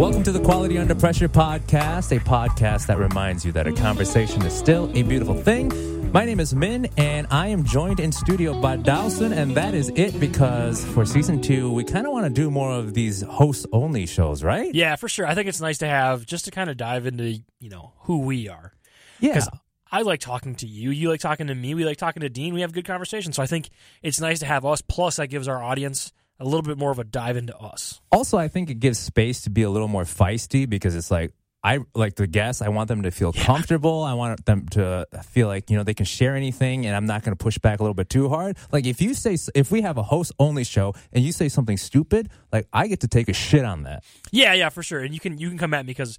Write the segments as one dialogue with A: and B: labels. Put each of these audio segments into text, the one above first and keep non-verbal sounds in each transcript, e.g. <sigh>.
A: Welcome to the Quality Under Pressure podcast, a podcast that reminds you that a conversation is still a beautiful thing. My name is Min, and I am joined in studio by Dawson, and that is it because for season two, we kind of want to do more of these host only shows, right?
B: Yeah, for sure. I think it's nice to have just to kind of dive into, you know, who we are.
A: Yeah.
B: 'Cause I like talking to you. You like talking to me. We like talking to Dean. We have good conversations. So I think it's nice to have us. Plus, that gives our audience a little bit more of a dive into us.
A: Also, I think it gives space to be a little more feisty because it's like, I like the guests. I want them to feel comfortable. I want them to feel like, you know, they can share anything and I'm not going to push back a little bit too hard. Like, if you say, if we have a host only show and you say something stupid, like, I get to take a shit on that.
B: Yeah, yeah, for sure. And you can you can come at me because,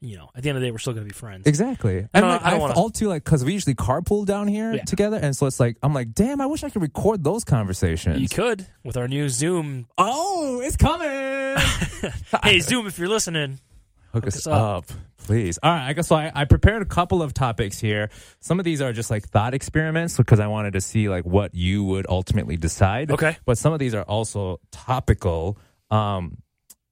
B: you know, at the end of the day, we're still going to be friends.
A: Exactly.
B: I
A: And
B: don't-
A: like,
B: I
A: I,
B: don't wanna-
A: all too, like, because we usually carpool down here
B: Yeah.
A: together. And so it's like, I'm like, damn, I wish I could record those conversations.
B: You could with our new Zoom.
A: oh, it's coming. <laughs>
B: Hey, Zoom, if you're listening.
A: Hook us
B: us up.
A: up, please. All right, I guess so I, I prepared a couple of topics here. Some of these are just like thought experiments because I wanted to see like what you would ultimately decide.
B: Okay.
A: but some of these are also topical. Um,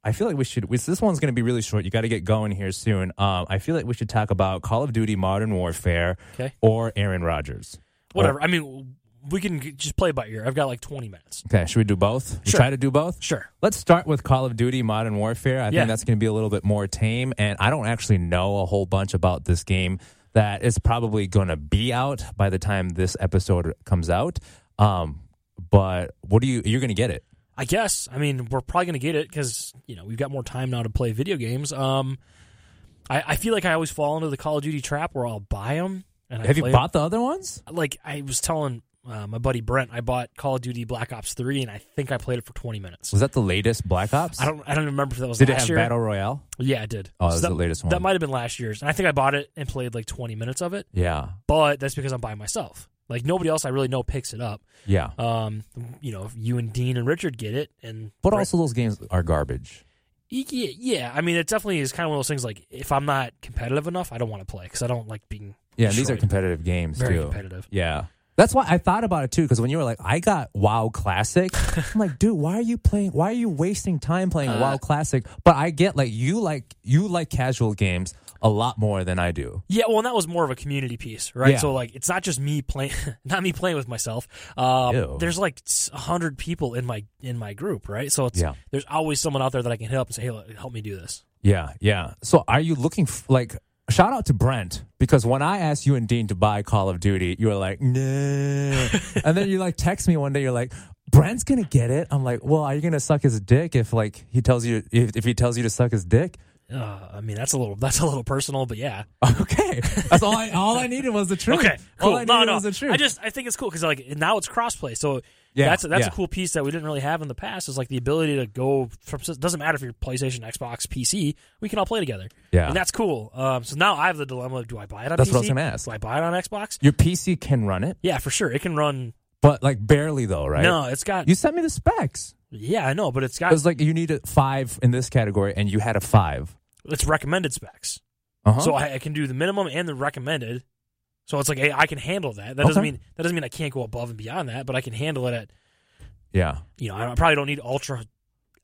A: I feel like we should. Which this one's going to be really short. You got to get going here soon. Um, I feel like we should talk about Call of Duty Modern Warfare
B: Okay.
A: or Aaron Rodgers.
B: Whatever. I mean, we can g- just play by ear. I've got like 20 minutes.
A: Okay, should we do both? You
B: Sure.
A: Try to do both.
B: Sure.
A: Let's start with Call of Duty Modern Warfare. I
B: Yeah.
A: think that's going to be a little bit more tame, and I don't actually know a whole bunch about this game that is probably going to be out by the time this episode comes out. Um, but what do you? You're going to get it.
B: I guess. I mean, we're probably going to get it because you know we've got more time now to play video games. Um, I, I feel like I always fall into the Call of Duty trap where I'll buy them. And I
A: Have you
B: play 'em.
A: bought the other ones?
B: Like I was telling uh, my buddy Brent, I bought Call of Duty Black Ops Three, and I think I played it for twenty minutes.
A: Was that the latest Black Ops?
B: I don't. I don't remember if that was
A: Did it
B: last
A: have
B: year.
A: battle royale?
B: Yeah, it did.
A: Oh, it was
B: that,
A: the latest one.
B: That might have been last year's, and I think I bought it and played like twenty minutes of it.
A: Yeah,
B: But that's because I'm by myself. Like nobody else I really know picks it up.
A: yeah.
B: Um, you know, you and Dean and Richard get it, and
A: But
B: Brent-
A: also, those games are garbage.
B: Yeah, yeah. I mean, it definitely is kind of one of those things. Like, if I'm not competitive enough, I don't want to play because I don't like being.
A: Yeah, and these are
B: destroyed.
A: competitive games
B: Very
A: too.
B: competitive.
A: Yeah. That's why I thought about it too, because when you were like, I got WoW <laughs> Classic, I'm like, dude, why are you playing? Why are you wasting time playing WoW Classic? But I get like you like you like casual games a lot more than I do.
B: Yeah, well, and that was more of a community piece, right?
A: Yeah.
B: So like, it's not just me playing, <laughs> not me playing with myself. Um,
A: Ew.
B: there's like s- a hundred people in my in my group, right? So it's,
A: Yeah.
B: there's always someone out there that I can help and say, hey, look, help me do this.
A: Yeah, yeah. So are you looking f- like shout out to Brent because when I asked you and Dean to buy Call of Duty, you were like, <laughs> nah. and then you like text me one day, you're like, Brent's gonna get it. I'm like, well, are you gonna suck his dick if like he tells you if, if he tells you to suck his dick?
B: Uh, I mean, that's a little that's a little personal, but yeah.
A: <laughs> Okay, that's all. I, all I needed was the truth.
B: Okay, cool.
A: All Oh, I
B: no,
A: needed
B: no,
A: was the truth.
B: I just I think it's cool because like now it's crossplay, so
A: Yeah,
B: that's that's
A: yeah.
B: a cool piece that we didn't really have in the past. Is like the ability to go from doesn't matter if you're PlayStation, Xbox, PC, we can all play together.
A: Yeah.
B: and that's cool. Um, so now I have the dilemma: of, do I buy it on
A: That's
B: PC?
A: what I was gonna ask.
B: Do I buy it on Xbox?
A: your PC can run it,
B: Yeah, for sure, it can run.
A: but like barely though, right?
B: No, it's got.
A: you sent me the specs.
B: yeah, I know, but it's
A: It
B: got
A: was like you need a five in this category, and you had a five.
B: it's recommended specs,
A: Uh-huh.
B: so I, I can do the minimum and the recommended. So it's like hey, I can handle that. That doesn't
A: Okay.
B: mean that doesn't mean I can't go above and beyond that, but I can handle it at
A: yeah,
B: you know I, don't- I probably don't need ultra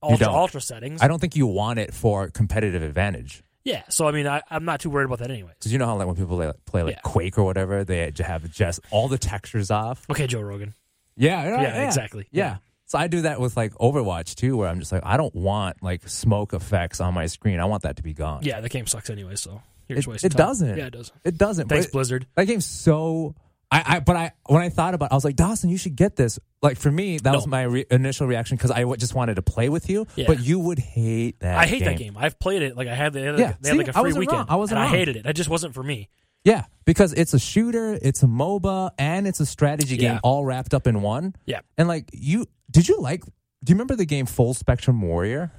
B: ultra
A: don't.
B: ultra settings.
A: I don't think you want it for competitive advantage
B: Yeah, so I mean, I, I'm not too worried about that, anyways.
A: because you know how like when people play, play like
B: Yeah.
A: Quake or whatever, they j- have just all the textures off.
B: Okay, Joe Rogan.
A: Yeah, yeah,
B: exactly.
A: Yeah.
B: Yeah.
A: So I do that with like Overwatch too, where I'm just like, I don't want like smoke effects on my screen. I want that to be gone.
B: Yeah, the game sucks anyway, so your
A: It,
B: choice.
A: it doesn't.
B: Yeah, it doesn't.
A: It doesn't.
B: Thanks,
A: But-
B: Blizzard.
A: That game's so. I, I but I when I thought about, it, I was like, Dawson, you should get this. Like for me, that
B: No.
A: was my re- initial reaction because I w- just wanted to play with you.
B: Yeah.
A: But you would hate that.
B: I hate that game. I've played it. Like I had the they had,
A: Yeah,
B: they had
A: see,
B: like a
A: I
B: free
A: wasn't
B: weekend.
A: wrong. I wasn't
B: and
A: wrong.
B: I hated it. It just wasn't for me.
A: Yeah, because it's a shooter, it's a MOBA, and it's a strategy game
B: Yeah.
A: all wrapped up in one.
B: Yeah.
A: And like you, did you like? Do you remember the game Full Spectrum Warrior,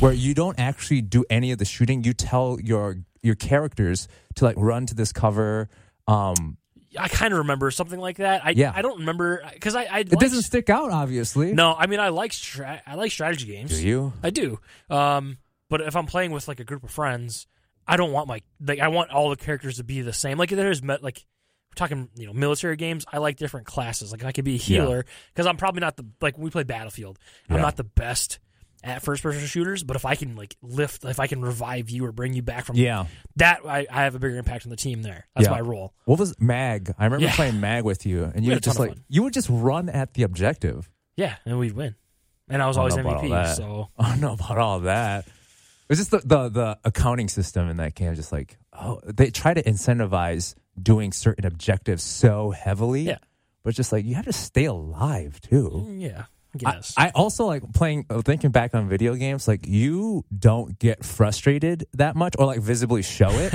A: where you don't actually do any of the shooting? You tell your your characters to like run to this cover. Um,
B: I kind of remember something like that. I
A: Yeah.
B: I don't remember because I I
A: it doesn't stick out, obviously.
B: No, I mean I like stra- I like strategy games.
A: Do you?
B: I do. Um, but if I'm playing with like a group of friends, I don't want my like I want all the characters to be the same. Like there's met like talking you know military games i like different classes like i could be a healer because i'm probably not the like when we play battlefield i'm
A: Yeah.
B: not the best at first person shooters but if i can like lift if i can revive you or bring you back from
A: Yeah.
B: that i, I have a bigger impact on the team there that's
A: Yeah.
B: my role
A: What was Mag? I remember
B: Yeah.
A: playing Mag with you, and you would
B: had a ton
A: just
B: of
A: like
B: fun.
A: you would just run at the objective. <laughs>
B: yeah and we'd win and i was
A: I
B: always
A: don't know about all
B: mvp
A: that.
B: so
A: I don't know about all that. It was just the, the the accounting system in that game. Just like oh, they try to incentivize doing certain objectives so heavily.
B: Yeah.
A: but it's just like you have to stay alive too.
B: yeah i
A: I,
B: guess
A: I also like playing. uh, Thinking back on video games, like you don't get frustrated that much, or like visibly show
B: <laughs>
A: it.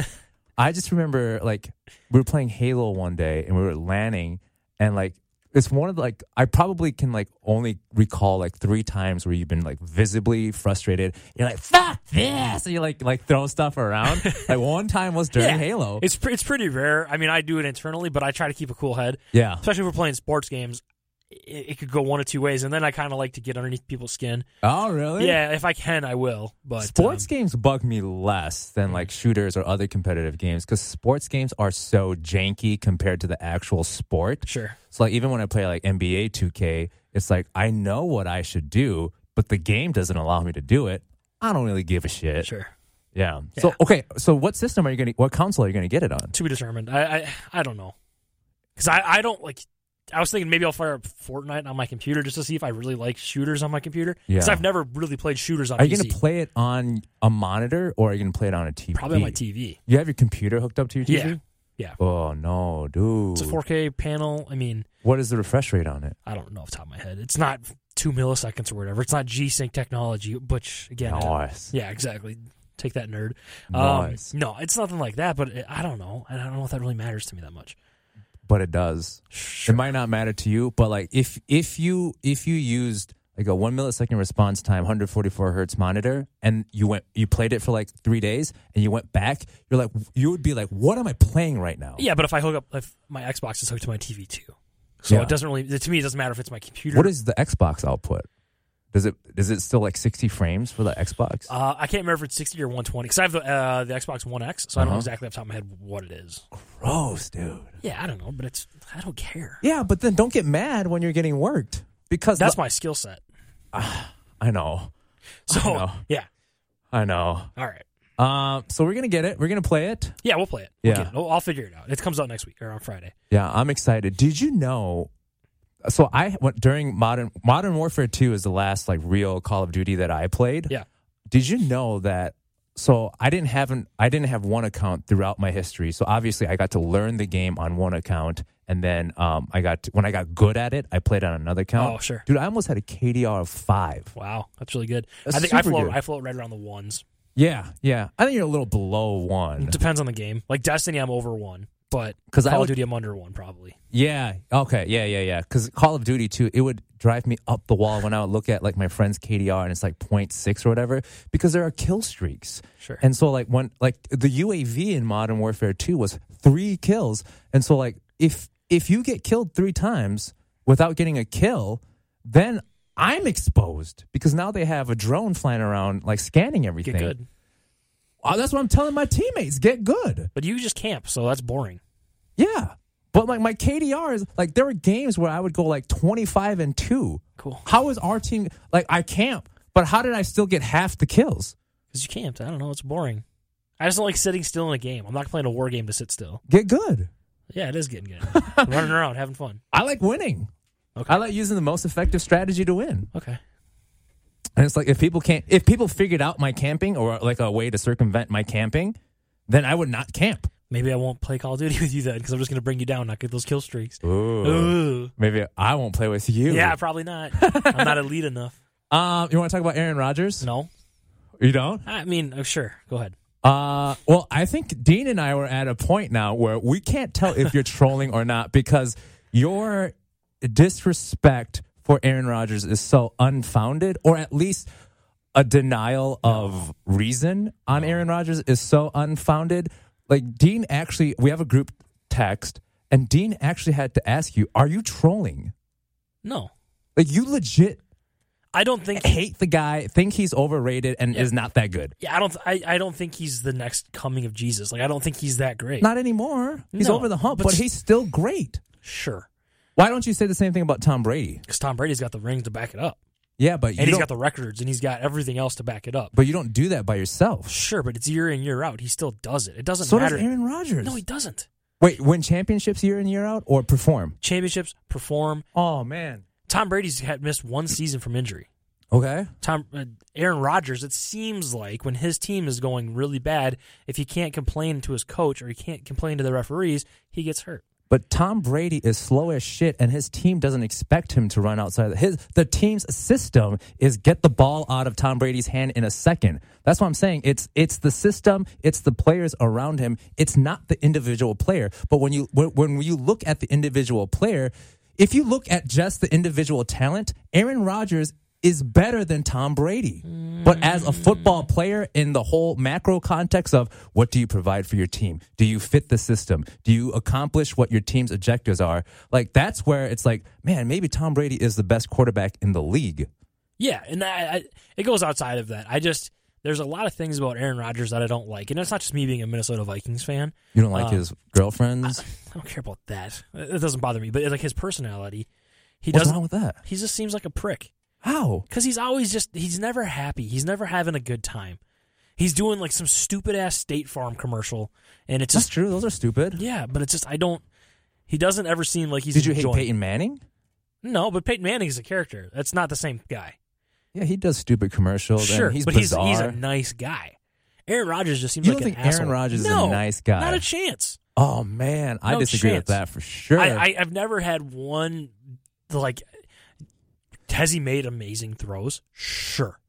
A: I just remember like we were playing Halo one day and we were landing, and like it's one of the, like I probably can like only recall like three times where you've been like visibly frustrated. You're like fuck this, and you like like throw stuff
B: <laughs>
A: around. like one time was during
B: Yeah.
A: Halo.
B: It's pre- it's pretty rare. I mean, I do it internally, but I try to keep a cool head,
A: yeah,
B: especially if we're playing sports games. It, it could go one of two ways, and then I kind of like to get underneath people's skin.
A: Oh really?
B: Yeah, if I can, I will. But
A: sports
B: um,
A: games bug me less than like shooters or other competitive games because sports games are so janky compared to the actual sport.
B: sure.
A: So like even when I play like NBA 2K, it's like I know what I should do, but the game doesn't allow me to do it. I don't really give a shit.
B: Sure.
A: Yeah. So okay, so what system are you gonna? What console are you gonna get it on?
B: To be determined. I I, I don't know. Because I, I don't like. I was thinking maybe I'll fire up Fortnite on my computer just to see if I really like shooters on my computer. Because
A: Yeah.
B: I've never really played shooters on
A: Are
B: PC.
A: you gonna play it on a monitor or are you gonna play it on a TV?
B: Probably on my TV.
A: You have your computer hooked up to your TV.
B: Yeah.
A: Oh no, dude!
B: It's a 4K panel. I mean,
A: what is the refresh rate on it?
B: I don't know off the top of my head. It's not two milliseconds or whatever. It's not G Sync technology, which again, I don't-
A: Nice.
B: yeah, exactly. Take that nerd.
A: Nice.
B: Um, no, it's nothing like that. But it, I don't know. And I don't know if that really matters to me that much.
A: But it does.
B: Sure.
A: It might not matter to you, but like if if you if you used like a one millisecond response time, 144 hertz monitor, and you went you played it for like three days, and you went back, you're like you would be like, what am I playing right now?
B: Yeah, but if I hook up, if my Xbox is hooked to my TV too, so
A: Yeah.
B: it doesn't really. To me, it doesn't matter if it's my computer.
A: What is the Xbox output? Does it is it still like 60 frames for the Xbox?
B: uh, I can't remember if it's sixty or one twenty because I have the uh, the Xbox One X, so I don't know
A: Uh-huh.
B: exactly off the top of my head what it is.
A: Gross, dude.
B: Yeah, I don't know, but it's I don't care.
A: Yeah, but then don't get mad when you're getting worked because
B: That's
A: the-
B: my skill set.
A: I know,
B: So
A: know.
B: yeah,
A: I know.
B: all right,
A: Um, so we're gonna get it. We're gonna play it.
B: yeah, we'll play it. We'll
A: Yeah.
B: get it. I'll, I'll figure it out. It comes out next week or on Friday.
A: Yeah, I'm excited. Did you know? So I went during modern Modern Warfare Two is the last like real Call of Duty that I played.
B: Yeah.
A: Did you know that? So I didn't have an I didn't have one account throughout my history. So obviously I got to learn the game on one account, and then um, I got to, when I got good at it, I played on another account.
B: Oh, sure.
A: dude, I almost had a KDR of five.
B: Wow, that's really good.
A: That's
B: I think I
A: super
B: float.
A: good.
B: I float right around the ones.
A: Yeah, yeah. I think you're a little below one.
B: It depends on the game. Like Destiny, I'm over one, but
A: 'Cause I
B: Call
A: would-
B: of Duty, I'm under one probably.
A: Yeah. Okay. Yeah. Yeah. Yeah. Because Call of Duty too, it would drive me up the wall when I would look at like my friend's KDR and it's like 0.6 or whatever because there are kill streaks.
B: Sure.
A: And so like when like the UAV in Modern Warfare 2 was three kills, and so like if if you get killed three times without getting a kill, then I'm exposed because now they have a drone flying around like scanning everything.
B: Get good,
A: Oh, that's what I'm telling my teammates. Get good.
B: but you just camp, so that's boring.
A: Yeah. But like my KDRs, like there were games where I would go like 25 and 2.
B: Cool.
A: How is our team like I camp, but how did I still get half the kills?
B: Because you camped. I don't know. It's boring. I just don't like sitting still in a game. I'm not playing a war game to sit still.
A: Get good.
B: Yeah, it is getting
A: <laughs>
B: good. Running around, having fun.
A: I like winning.
B: Okay.
A: I like using the most effective strategy to win.
B: Okay.
A: And it's like if people can't if people figured out my camping or like a way to circumvent my camping, then I would not camp.
B: Maybe I won't play Call of Duty <laughs> with you then because I'm just going to bring you down, not get those kill streaks.
A: Ooh.
B: Ooh.
A: Maybe I won't play with you.
B: Yeah,
A: <laughs>
B: probably not. I'm not elite enough.
A: Um, you want to talk about Aaron Rodgers?
B: No.
A: You don't?
B: I mean, oh, sure. Go ahead.
A: Uh, well, I think Dean and I were at a point now where we can't tell if you're trolling or not because your disrespect for Aaron Rodgers is so unfounded, or at least a denial of reason on Aaron Rodgers is so unfounded. Like, Dean actually, we have a group text, and Dean actually had to ask you, Are you trolling?
B: No.
A: Like, you legit
B: I
A: <laughs>
B: don't think.
A: hate the guy, think he's overrated, and is not that good.
B: Yeah, I don't. I, I don't think he's the next coming of Jesus. Like I don't think he's that great.
A: Not anymore. He's
B: No,
A: over the hump,
B: but
A: but,
B: s-
A: he's still great.
B: sure,
A: Why don't you say the same thing about Tom Brady?
B: because Tom Brady's got the rings to back it up,
A: Yeah, but you
B: and he's
A: don't,
B: got the records, and he's got everything else to back it up.
A: but you don't do that by yourself.
B: Sure, but it's year in year out. He still does it. It doesn't
A: So does
B: matter.
A: Aaron Rodgers.
B: no, he doesn't.
A: Wait, win championships year in year out or perform?
B: Championships perform.
A: Oh man.
B: Tom Brady's had missed one season from injury.
A: Okay.
B: Tom uh, Aaron Rodgers, it seems like when his team is going really bad, if he can't complain to his coach or he can't complain to the referees, he gets hurt.
A: But Tom Brady is slow as shit, and his team doesn't expect him to run outside. His the team's system is get the ball out of Tom Brady's hand in a second. That's what I'm saying. It's it's the system, it's the players around him. It's not the individual player. But when you when, when you look at the individual player, if you look at just the individual talent, Aaron Rodgers is better than Tom Brady. But as a football player, in the whole macro context of what do you provide for your team? Do you fit the system? Do you accomplish what your team's objectives are? Like, that's where it's like, man, maybe Tom Brady is the best quarterback in the league.
B: Yeah, and I, I, it goes outside of that. I just there's a lot of things about Aaron Rodgers that I don't like, and it's not just me being a Minnesota Vikings fan.
A: You don't like
B: Uh,
A: his girlfriends?
B: I don't care about that. It doesn't bother me, but it's like his personality, he
A: What's
B: doesn't.
A: wrong with that?
B: He just seems like a prick.
A: How?
B: Because he's always just, he's never happy. He's never having a good time. He's doing like some stupid ass State Farm commercial. And it's
A: That's
B: just,
A: true. Those are stupid.
B: yeah, but it's just, I don't, he doesn't ever seem like he's
A: Did you hate
B: enjoying.
A: Peyton Manning?
B: No, but Peyton Manning is a character. That's not the same guy.
A: Yeah, he does stupid commercials. and
B: sure,
A: he's
B: but
A: bizarre.
B: he's he's a nice guy. Aaron Rodgers just seems
A: You
B: like
A: don't
B: an
A: think Aaron
B: asshole.
A: Rodgers is a
B: No,
A: nice guy?
B: Not a chance.
A: oh man, I
B: No
A: disagree
B: chance.
A: with that for sure.
B: I, I, I've never had one like. Has he made amazing throws? Sure.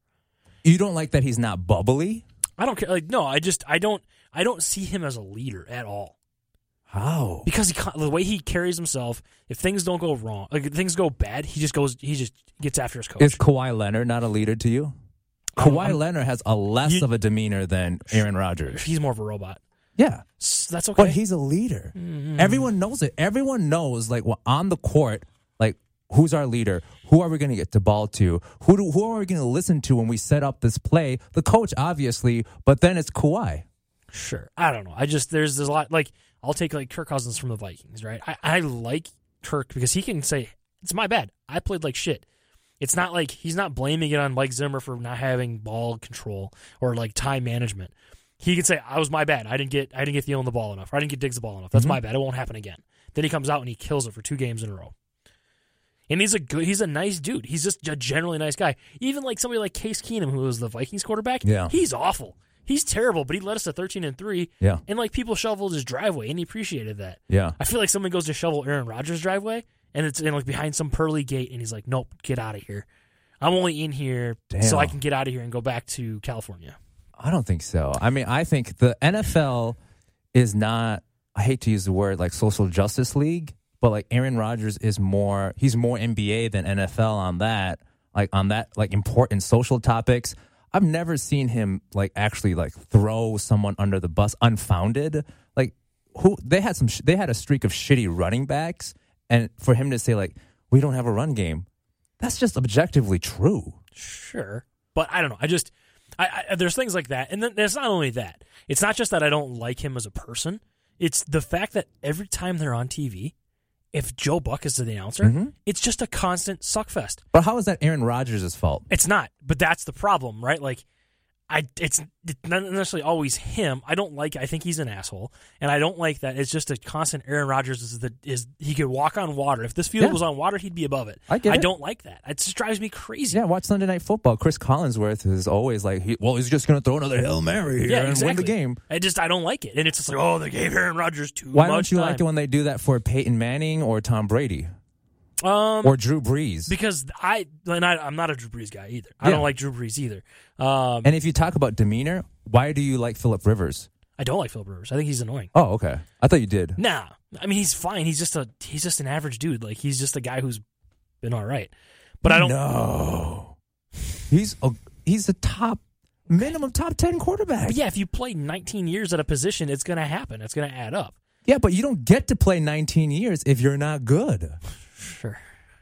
A: you don't like that he's not bubbly?
B: I don't care. Like no, I just I don't I don't see him as a leader at all.
A: How?
B: because he con- the way he carries himself, if things don't go wrong, like if things go bad, he just goes, he just gets after his coach.
A: Is Kawhi Leonard not a leader to you?
B: Um,
A: Kawhi
B: I'm-
A: Leonard has a less
B: You-
A: of a demeanor than Aaron Rodgers.
B: He's more of a robot.
A: Yeah,
B: S- that's okay.
A: but he's a leader. Everyone knows it. Everyone knows like well, on the court, like who's our leader? Who are we going to get the ball to? Who do, who are we going to listen to when we set up this play? The coach, obviously, but then it's Kawhi.
B: sure, I don't know. I just there's there's a lot like I'll take like Kirk Cousins from the Vikings, right? I, I like Kirk because he can say it's my bad. I played like shit. It's not like he's not blaming it on Mike Zimmer for not having ball control or like time management. He can say, "I was my bad. I didn't get I didn't get Thielen the ball enough. Or I didn't get Diggs the ball enough. That's my bad. It won't happen again." Then he comes out and he kills it for two games in a row. And he's a good, he's a nice dude. He's just a generally nice guy. Even like somebody like Case Keenum, who was the Vikings quarterback,
A: Yeah.
B: he's awful. He's terrible, but he led us to thirteen and three.
A: Yeah.
B: and like people shoveled his driveway, and he appreciated that.
A: Yeah.
B: I feel like someone goes to shovel Aaron Rodgers' driveway, and it's in like behind some pearly gate, and he's like, "Nope, get out of here. I'm only in here so
A: Damn.
B: I can get out of here and go back to California."
A: I don't think so. I mean, I think the NFL is not. I hate to use the word like social justice league, but like Aaron Rodgers is more. He's more NBA than NFL on that. Like on that, like important social topics. I've never seen him like actually like throw someone under the bus unfounded. Like who they had some. Sh- they had a streak of shitty running backs, and for him to say like we don't have a run game, that's just objectively true.
B: Sure, but I don't know. I just I, I there's things like that, and then it's not only that. It's not just that I don't like him as a person. It's the fact that every time they're on TV, if Joe Buck is the announcer,
A: Mm-hmm.
B: it's just a constant suckfest.
A: But how is that Aaron Rodgers' fault?
B: It's not, but that's the problem, right? Like, I it's it's not necessarily always him. I don't like. I think he's an asshole, and I don't like that. It's just a constant. Aaron Rodgers is the is he could walk on water. If this field
A: Yeah.
B: was on water, he'd be above it.
A: I get
B: I
A: it.
B: don't like that. It just drives me crazy.
A: Yeah, watch Sunday Night Football. Chris Collinsworth is always like, he, well, he's just going to throw another Hail Mary here
B: Yeah,
A: and win the
B: exactly.
A: game.
B: I just I don't like it, and it's just like oh they gave Aaron Rodgers too
A: Why
B: much
A: don't you
B: time.
A: like it when they do that for Peyton Manning or Tom Brady
B: Um,
A: or Drew Brees?
B: because I and I, I'm not a Drew Brees guy either. I
A: Yeah.
B: don't like Drew Brees either. Um,
A: and if you talk about demeanor, why do you like Philip Rivers?
B: I don't like Phil Rivers. I think he's annoying.
A: Oh, okay. I thought you did.
B: Nah, I mean he's fine. He's just a he's just an average dude. Like he's just a guy who's been all right. But I don't.
A: No. He's a, he's a top, minimum top 10 quarterback.
B: But yeah, if you play 19 years at a position, it's gonna happen. It's gonna add up.
A: yeah, but you don't get to play 19 years if you're not good.
B: Sure.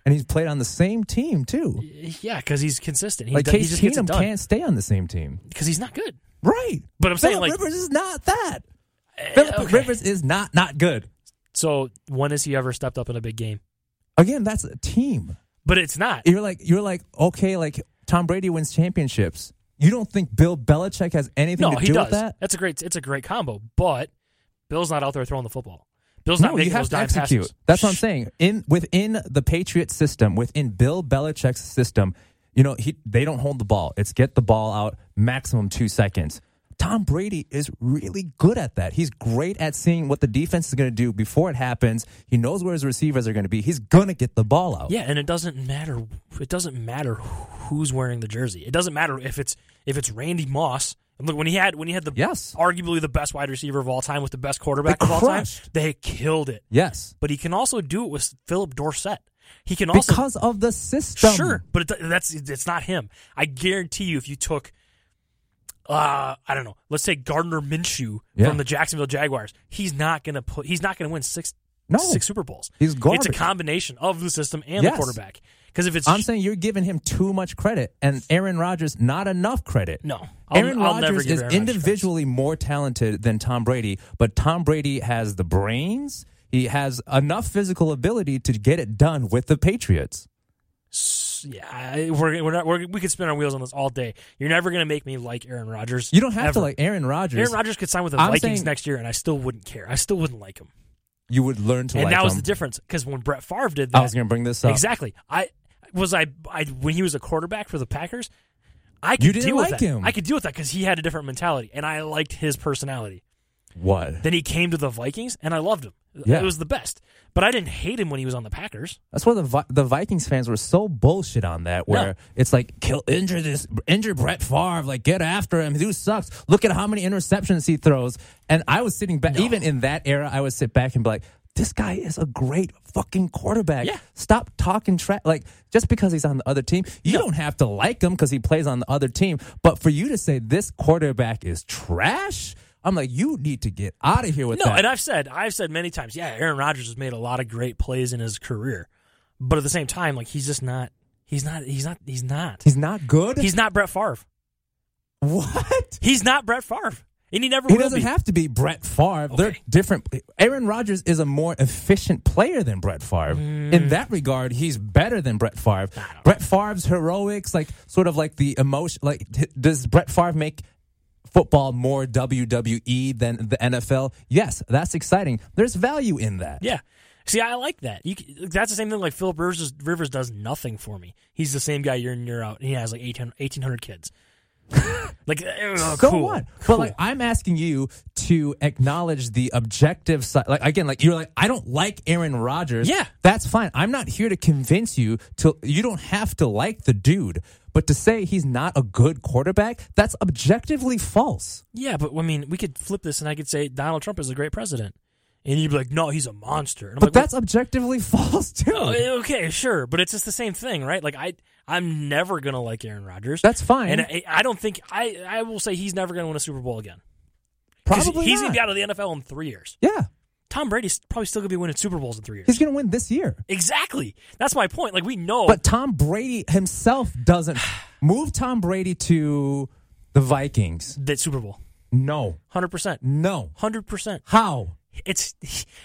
A: and he's played on the same team too.
B: Yeah, because he's consistent. He,
A: Like
B: do- he
A: Case
B: just gets it
A: Keenum
B: done
A: can't stay on the same team,
B: because he's not good.
A: right?
B: But I'm saying,
A: Phillip
B: like- Eh,
A: Rivers is not that. Philip
B: okay.
A: Rivers is not not good.
B: So when has he ever stepped up in a big game?
A: Again, that's a team.
B: But it's not.
A: You're like you're like okay, like Tom Brady wins championships. You don't think Bill Belichick has anything
B: no,
A: to
B: he
A: do
B: does.
A: with that?
B: That's a great. It's a great combo. But Bill's not out there throwing the football. Bill's not
A: no, you
B: making
A: have
B: those
A: to
B: dime
A: execute.
B: passes.
A: That's what I'm saying. In within the Patriot system, within Bill Belichick's system, you know he they don't hold the ball. It's get the ball out maximum two seconds. Tom Brady is really good at that. He's great at seeing what the defense is going to do before it happens. He knows where his receivers are going to be. He's going to get the ball out.
B: Yeah, and it doesn't matter. It doesn't matter who's wearing the jersey. It doesn't matter if it's if it's Randy Moss. And look, when he had when he had the
A: Yes.
B: arguably the best wide receiver of all time with the best quarterback
A: They
B: of all time,
A: crushed.
B: they killed it.
A: Yes.
B: But he can also do it with Philip Dorsett. He can also
A: Because of the system.
B: Sure, but it, that's it's not him. I guarantee you, if you took, uh, I don't know, let's say Gardner Minshew
A: Yeah.
B: from the Jacksonville Jaguars, he's not gonna put, he's not gonna win six,
A: No.
B: six Super Bowls.
A: Oh. He's
B: It's a
A: garbage.
B: combination of the system and
A: Yes.
B: the quarterback. Because if it's
A: I'm saying you're giving him too much credit and Aaron Rodgers not enough credit.
B: no, I'll,
A: Aaron
B: I'll never
A: Rodgers
B: give
A: is
B: Aaron Rodgers credit.
A: individually more talented than Tom Brady, but Tom Brady has the brains. He has enough physical ability to get it done with the Patriots.
B: S- Yeah, I- we're, we're not, we're, we could spin our wheels on this all day. You're never gonna make me like Aaron Rodgers.
A: You don't have to
B: ever.
A: like Aaron Rodgers.
B: Aaron Rodgers could sign with the
A: I'm
B: Vikings
A: saying-
B: next year, and I still wouldn't care. I still wouldn't like him.
A: you would learn to
B: and
A: like
B: that was
A: him.
B: the difference because when Brett Favre did that,
A: I was going to bring this up.
B: Exactly. I was I, I when he was a quarterback for the Packers. I could
A: You didn't
B: deal with
A: like
B: that.
A: him.
B: I could deal with that because he had a different mentality, and I liked his personality.
A: What?
B: Then he came to the Vikings, and I loved him.
A: Yeah.
B: It was the best. But I didn't hate him when he was on the Packers.
A: That's why the Vi- the Vikings fans were so bullshit on that. Where
B: No.
A: it's like kill injure this injure Brett Favre, like get after him. Dude sucks. Look at how many interceptions he throws. And I was sitting back, even in that era, I would sit back and be like, this guy is a great fucking quarterback.
B: Yeah.
A: Stop talking trash. Like just because he's on the other team, you don't have to like him because he plays on the other team. But for you to say this quarterback is trash, I'm like, you need to get out of here with
B: No,
A: that.
B: and I've said I've said many times, yeah, Aaron Rodgers has made a lot of great plays in his career, but at the same time, like he's just not. He's not. He's not. He's not.
A: he's not good.
B: He's not Brett Favre.
A: <laughs> what?
B: He's not Brett Favre, and he never
A: He
B: will
A: doesn't
B: be.
A: have to be Brett Favre. They're
B: Okay.
A: different. Aaron Rodgers is a more efficient player than Brett Favre. In that regard, he's better than Brett Favre. Brett Favre's heroics, like sort of like the emotion, like h- does Brett Favre make football more WWE than the NFL? Yes, that's exciting. There's value in that.
B: Yeah. See, I like that. You, c- that's the same thing. Like Philip Rivers, Rivers does nothing for me. He's the same guy year in year out, and he has like 1,800 1,800 kids. <laughs> like, uh,
A: So
B: cool.
A: what?
B: Cool.
A: But like, I'm asking you to acknowledge the objective side. Like again, like you're like, I don't like Aaron Rodgers.
B: Yeah.
A: that's fine. I'm not here to convince you to. You don't have to like the dude, but to say he's not a good quarterback, that's objectively false.
B: yeah, but I mean, we could flip this, and I could say Donald Trump is a great president, and you'd be like, no, he's a monster. And I'm
A: But
B: like, well,
A: that's objectively <laughs> false too.
B: Oh, okay, sure, but it's just the same thing, right? Like I, I'm never gonna like Aaron Rodgers.
A: That's fine.
B: and uh, I, I don't think I, I will say he's never gonna win a Super Bowl again. 'Cause
A: Probably
B: he's
A: not.
B: gonna be out of the NFL in three years.
A: yeah,
B: Tom Brady's probably still gonna be winning Super Bowls in three years.
A: he's gonna win this year.
B: Exactly. That's my point. Like we know,
A: But Tom Brady himself doesn't move. Tom Brady to the Vikings.
B: that Super Bowl,
A: No,
B: hundred percent,
A: no.
B: hundred percent.
A: How?
B: It's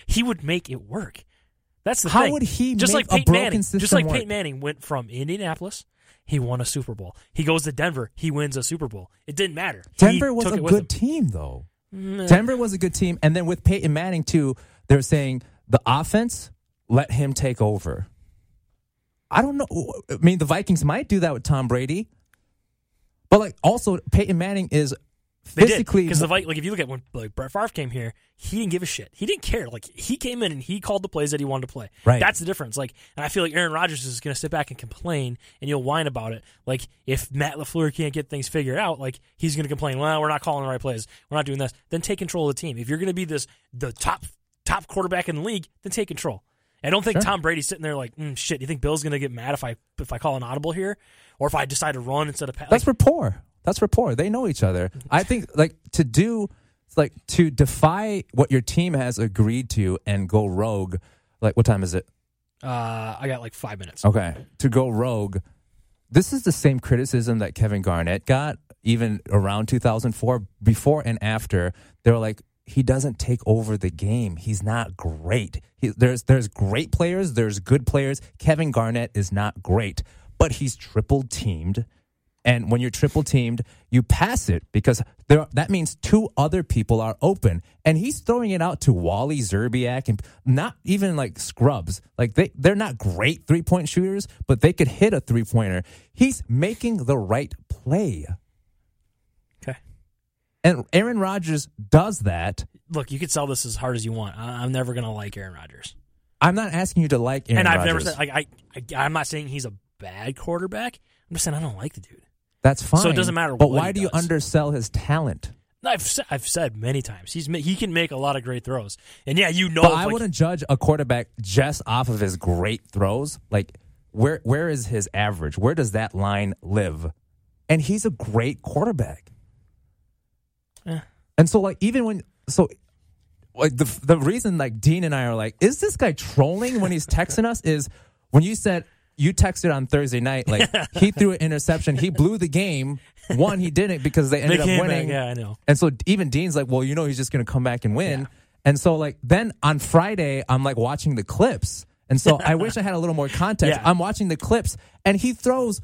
B: he would make it work. That's the
A: How
B: thing.
A: would he
B: just
A: make
B: like
A: a
B: Peyton
A: broken
B: Manning, Just
A: system
B: like
A: work?
B: Peyton Manning went from Indianapolis, he won a Super Bowl. He goes to Denver, he wins a Super Bowl. It didn't matter. He
A: Denver was
B: took
A: a
B: it with
A: good
B: him.
A: team, though. Denver was a good team, and then with Peyton Manning too, they're saying the offense let him take over. I don't know. I mean, the Vikings might do that with Tom Brady, but like also Peyton Manning is
B: They
A: physically
B: because the Vi- like if you look at when like Brett Favre came here, he didn't give a shit. He didn't care. Like he came in and he called the plays that he wanted to play.
A: Right.
B: That's the difference. Like, and I feel like Aaron Rodgers is going to sit back and complain, and you'll whine about it. Like if Matt Lafleur can't get things figured out, like he's going to complain. Well, we're not calling the right plays. We're not doing this. Then take control of the team. If you're going to be this the top top quarterback in the league, then take control. I don't think Tom Brady's sitting there like, mm, shit. You think Bill's going to get mad if I if I call an audible here, or if I decide to run instead of pass?
A: That's rapport. That's rapport. They know each other. I think like to do like to defy what your team has agreed to and go rogue. Like what time is it?
B: Uh, I got like five minutes.
A: Okay. To go rogue, this is the same criticism that Kevin Garnett got even around 2004, before and after. They were like, he doesn't take over the game. He's not great. He, there's there's great players. There's good players. Kevin Garnett is not great, but he's triple teamed. And when you're triple teamed, you pass it because there that means two other people are open. And he's throwing it out to Wally Zerbiak and not even like scrubs. Like they they're not great three point shooters, but they could hit a three pointer. He's making the right play.
B: Okay.
A: And Aaron Rodgers does that.
B: Look, you could sell this as hard as you want. I- I'm never gonna like Aaron Rodgers,
A: I'm not asking you to like Aaron
B: and I've
A: Rodgers.
B: never said like I, I. I'm not saying he's a bad quarterback. I'm just saying I don't like the dude.
A: That's fine.
B: So it doesn't matter
A: But
B: what
A: why
B: he
A: do you
B: does.
A: undersell his talent?
B: I've said, I've said many times he's ma- he can make a lot of great throws, and yeah, you know,
A: But
B: if,
A: I
B: like,
A: wouldn't judge a quarterback just off of his great throws. Like, where where is his average? Where does that line live? And he's a great quarterback.
B: Eh.
A: And so, like, even when so, like the the reason like Dean and I are like, is this guy trolling when he's texting us? Is when you said you texted on Thursday night,
B: <laughs>
A: like he threw an interception, he blew the game. One, he didn't because they
B: they
A: ended
B: came
A: up
B: back-
A: winning.
B: Yeah, I know.
A: And so even Dean's like, well, you know, he's just going to come back and win. And so, like, then on Friday, I'm like watching the clips. And so I wish I had a little more context.
B: Yeah.
A: I'm watching the clips, and he throws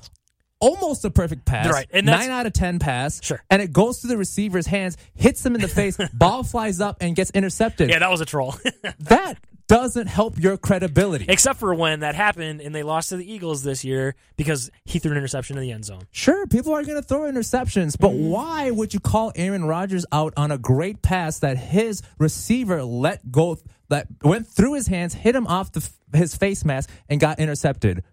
A: almost a perfect pass.
B: Right, and that's-
A: nine out of 10 pass.
B: Sure.
A: And it goes to the receiver's hands, hits him in the
B: <laughs>
A: face, ball flies up, and gets intercepted.
B: Yeah, that was a troll. <laughs>
A: That doesn't help your credibility.
B: Except for when that happened and they lost to the Eagles this year because he threw an interception in the end zone.
A: Sure, people are going to throw interceptions, but
B: Mm-hmm.
A: why would you call Aaron Rodgers out on a great pass that his receiver let go, that went through his hands, hit him off the, f- his face mask, and got intercepted?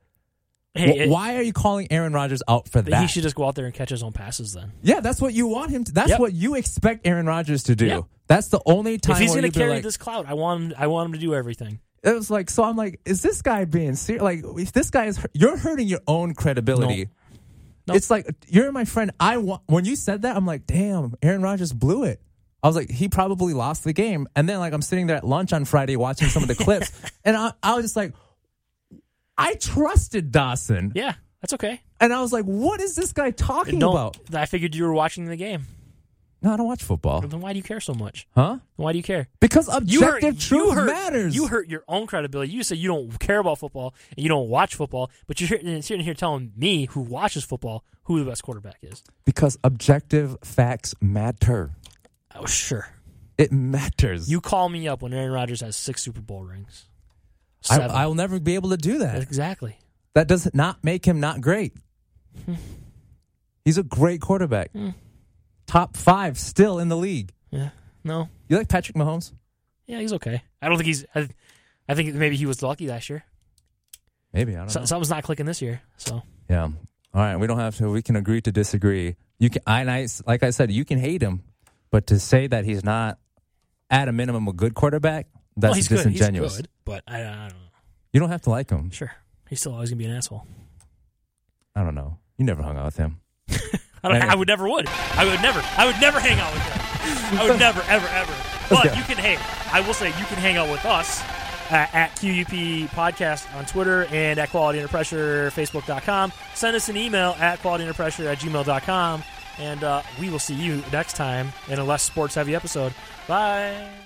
B: Hey,
A: Wh-
B: it-
A: why are you calling Aaron Rodgers out for that?
B: he should just go out there and catch his own passes then.
A: yeah, that's what you want him to. That's
B: Yep.
A: what you expect Aaron Rodgers to do.
B: Yep.
A: That's the only time
B: If he's
A: where
B: going to
A: you'd be
B: carry
A: like-
B: this cloud, I want him. I want him to do everything.
A: It was like so. I'm like, is this guy being serious? Like, if this guy is, you're hurting your own credibility.
B: No.
A: It's like you're my friend. I want when you said that, I'm like, damn, Aaron Rodgers blew it. I was like, he probably lost the game. And then like I'm sitting there at lunch on Friday watching some of the
B: <laughs>
A: clips, and I, I was just like, I trusted Dawson,
B: Yeah, that's okay.
A: and I was like, what is this guy talking
B: Don't-
A: about?
B: I figured you were watching the game.
A: No, I don't watch football,
B: Then why do you care so much?
A: huh?
B: Why do you care?
A: Because
B: You hurt,
A: objective
B: you
A: truth
B: hurt,
A: matters.
B: You hurt your own credibility. You say you don't care about football and you don't watch football, but you're here- sitting here telling me, who watches football, who the best quarterback is.
A: because objective facts matter.
B: Oh, sure.
A: It matters.
B: You call me up when Aaron Rodgers has six Super Bowl rings.
A: I,
B: Seven.
A: I will never be able to do that.
B: exactly.
A: That does not make him not great.
B: Hmm.
A: He's a great quarterback. Top five still in the league.
B: Yeah. No.
A: You like Patrick Mahomes?
B: Yeah, he's okay. I don't think he's. I, I think maybe he was lucky last year.
A: Maybe. I don't
B: So,
A: know.
B: something's not clicking this year. So
A: yeah. All right. We don't have to. We can agree to disagree. You can, I, and I, like I said, you can hate him, but to say that he's not, at a minimum, a good quarterback, that's
B: well, he's good. He's
A: disingenuous.
B: good, but I, I don't know.
A: You don't have to like him.
B: Sure, he's still always gonna be an asshole.
A: I don't know. You never hung out with him.
B: <laughs> I, don't,
A: Anyway.
B: I would never would. I would never. I would never hang out with him. I would never, ever, ever. But
A: Okay.
B: you can hang. I will say you can hang out with us uh, at QUP Podcast on Twitter and at Quality Under Pressure Facebook.com. Send us an email at Quality Under Pressure at gmail.com. And uh, we will see you next time in a less sports heavy episode. Bye.